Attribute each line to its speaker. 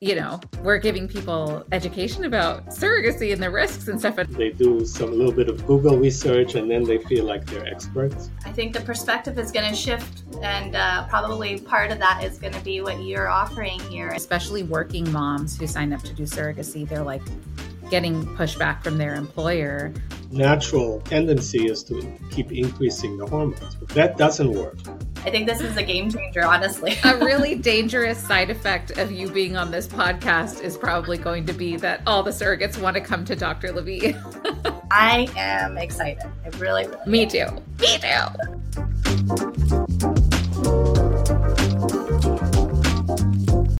Speaker 1: you know, we're giving people education about surrogacy and the risks and stuff.
Speaker 2: They do some little bit of Google research and then they feel like they're experts.
Speaker 3: I think the perspective is going to shift, and uh, probably part of that is going to be what you're offering here.
Speaker 1: Especially working moms who sign up to do surrogacy, they're like getting pushback from their employer.
Speaker 2: Natural tendency is to keep increasing the hormones, but that doesn't work.
Speaker 3: I think this is a game changer, honestly.
Speaker 1: a really dangerous side effect of you being on this podcast is probably going to be that all the surrogates want to come to Dr. Levy.
Speaker 3: I am excited. I really, really
Speaker 1: Me too. Me too.